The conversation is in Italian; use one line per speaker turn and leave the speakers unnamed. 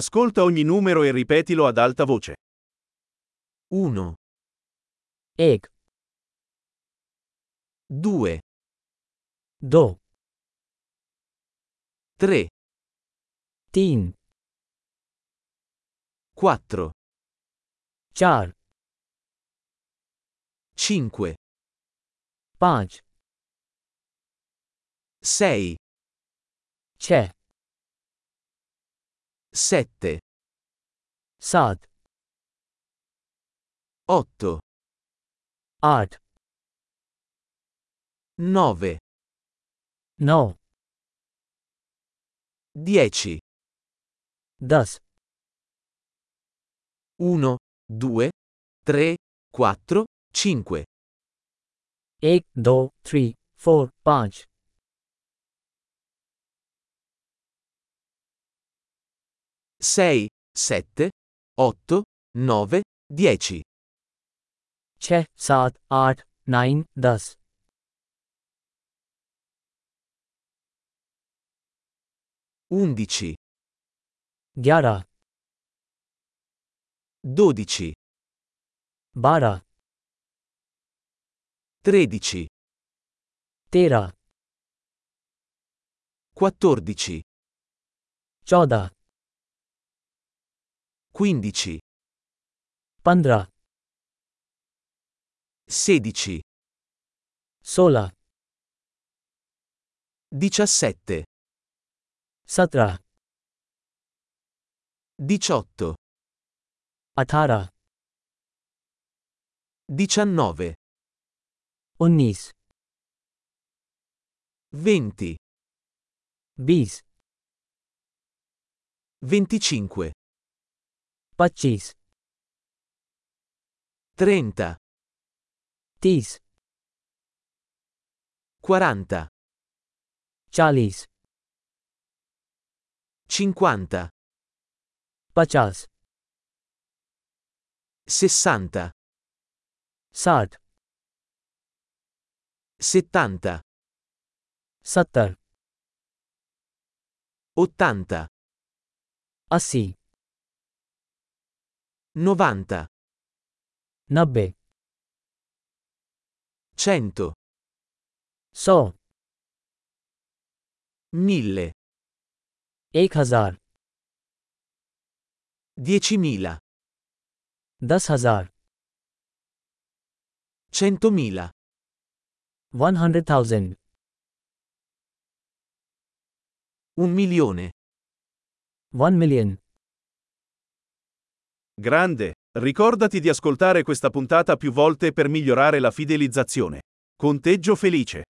Ascolta ogni numero e ripetilo ad alta voce.
1,
एक
2,
दो
3,
तीन
4,
चार
5,
पाँच
6,
छः
7,
सात
8,
आठ
9,
नौ
10,
दस
1, 2, 3, 4, 5,
एक दो थ्री फोर पाँच
6, 7, 8, 9, 10,
छः सात आठ नाइन दस
11,
ग्यारह
12,
बारह
13,
तेरह
14,
चौदह
15,
पंद्रह
16,
सोलह
17,
सत्रह
18,
अठारह
19,
उन्नीस
20,
बीस
25,
पच्चीस
30,
तीस
40,
चालीस
50,
पचास
60,
साठ
70,
सत्तर
80,
अस्सी
90,
नब्बे
100,
सौ
1000,
एक हजार
10.000,
दस हजार
100.000,
one hundred thousand
1 milione.
One million
Grande, ricordati di ascoltare questa puntata più volte per migliorare la fidelizzazione. Conteggio felice.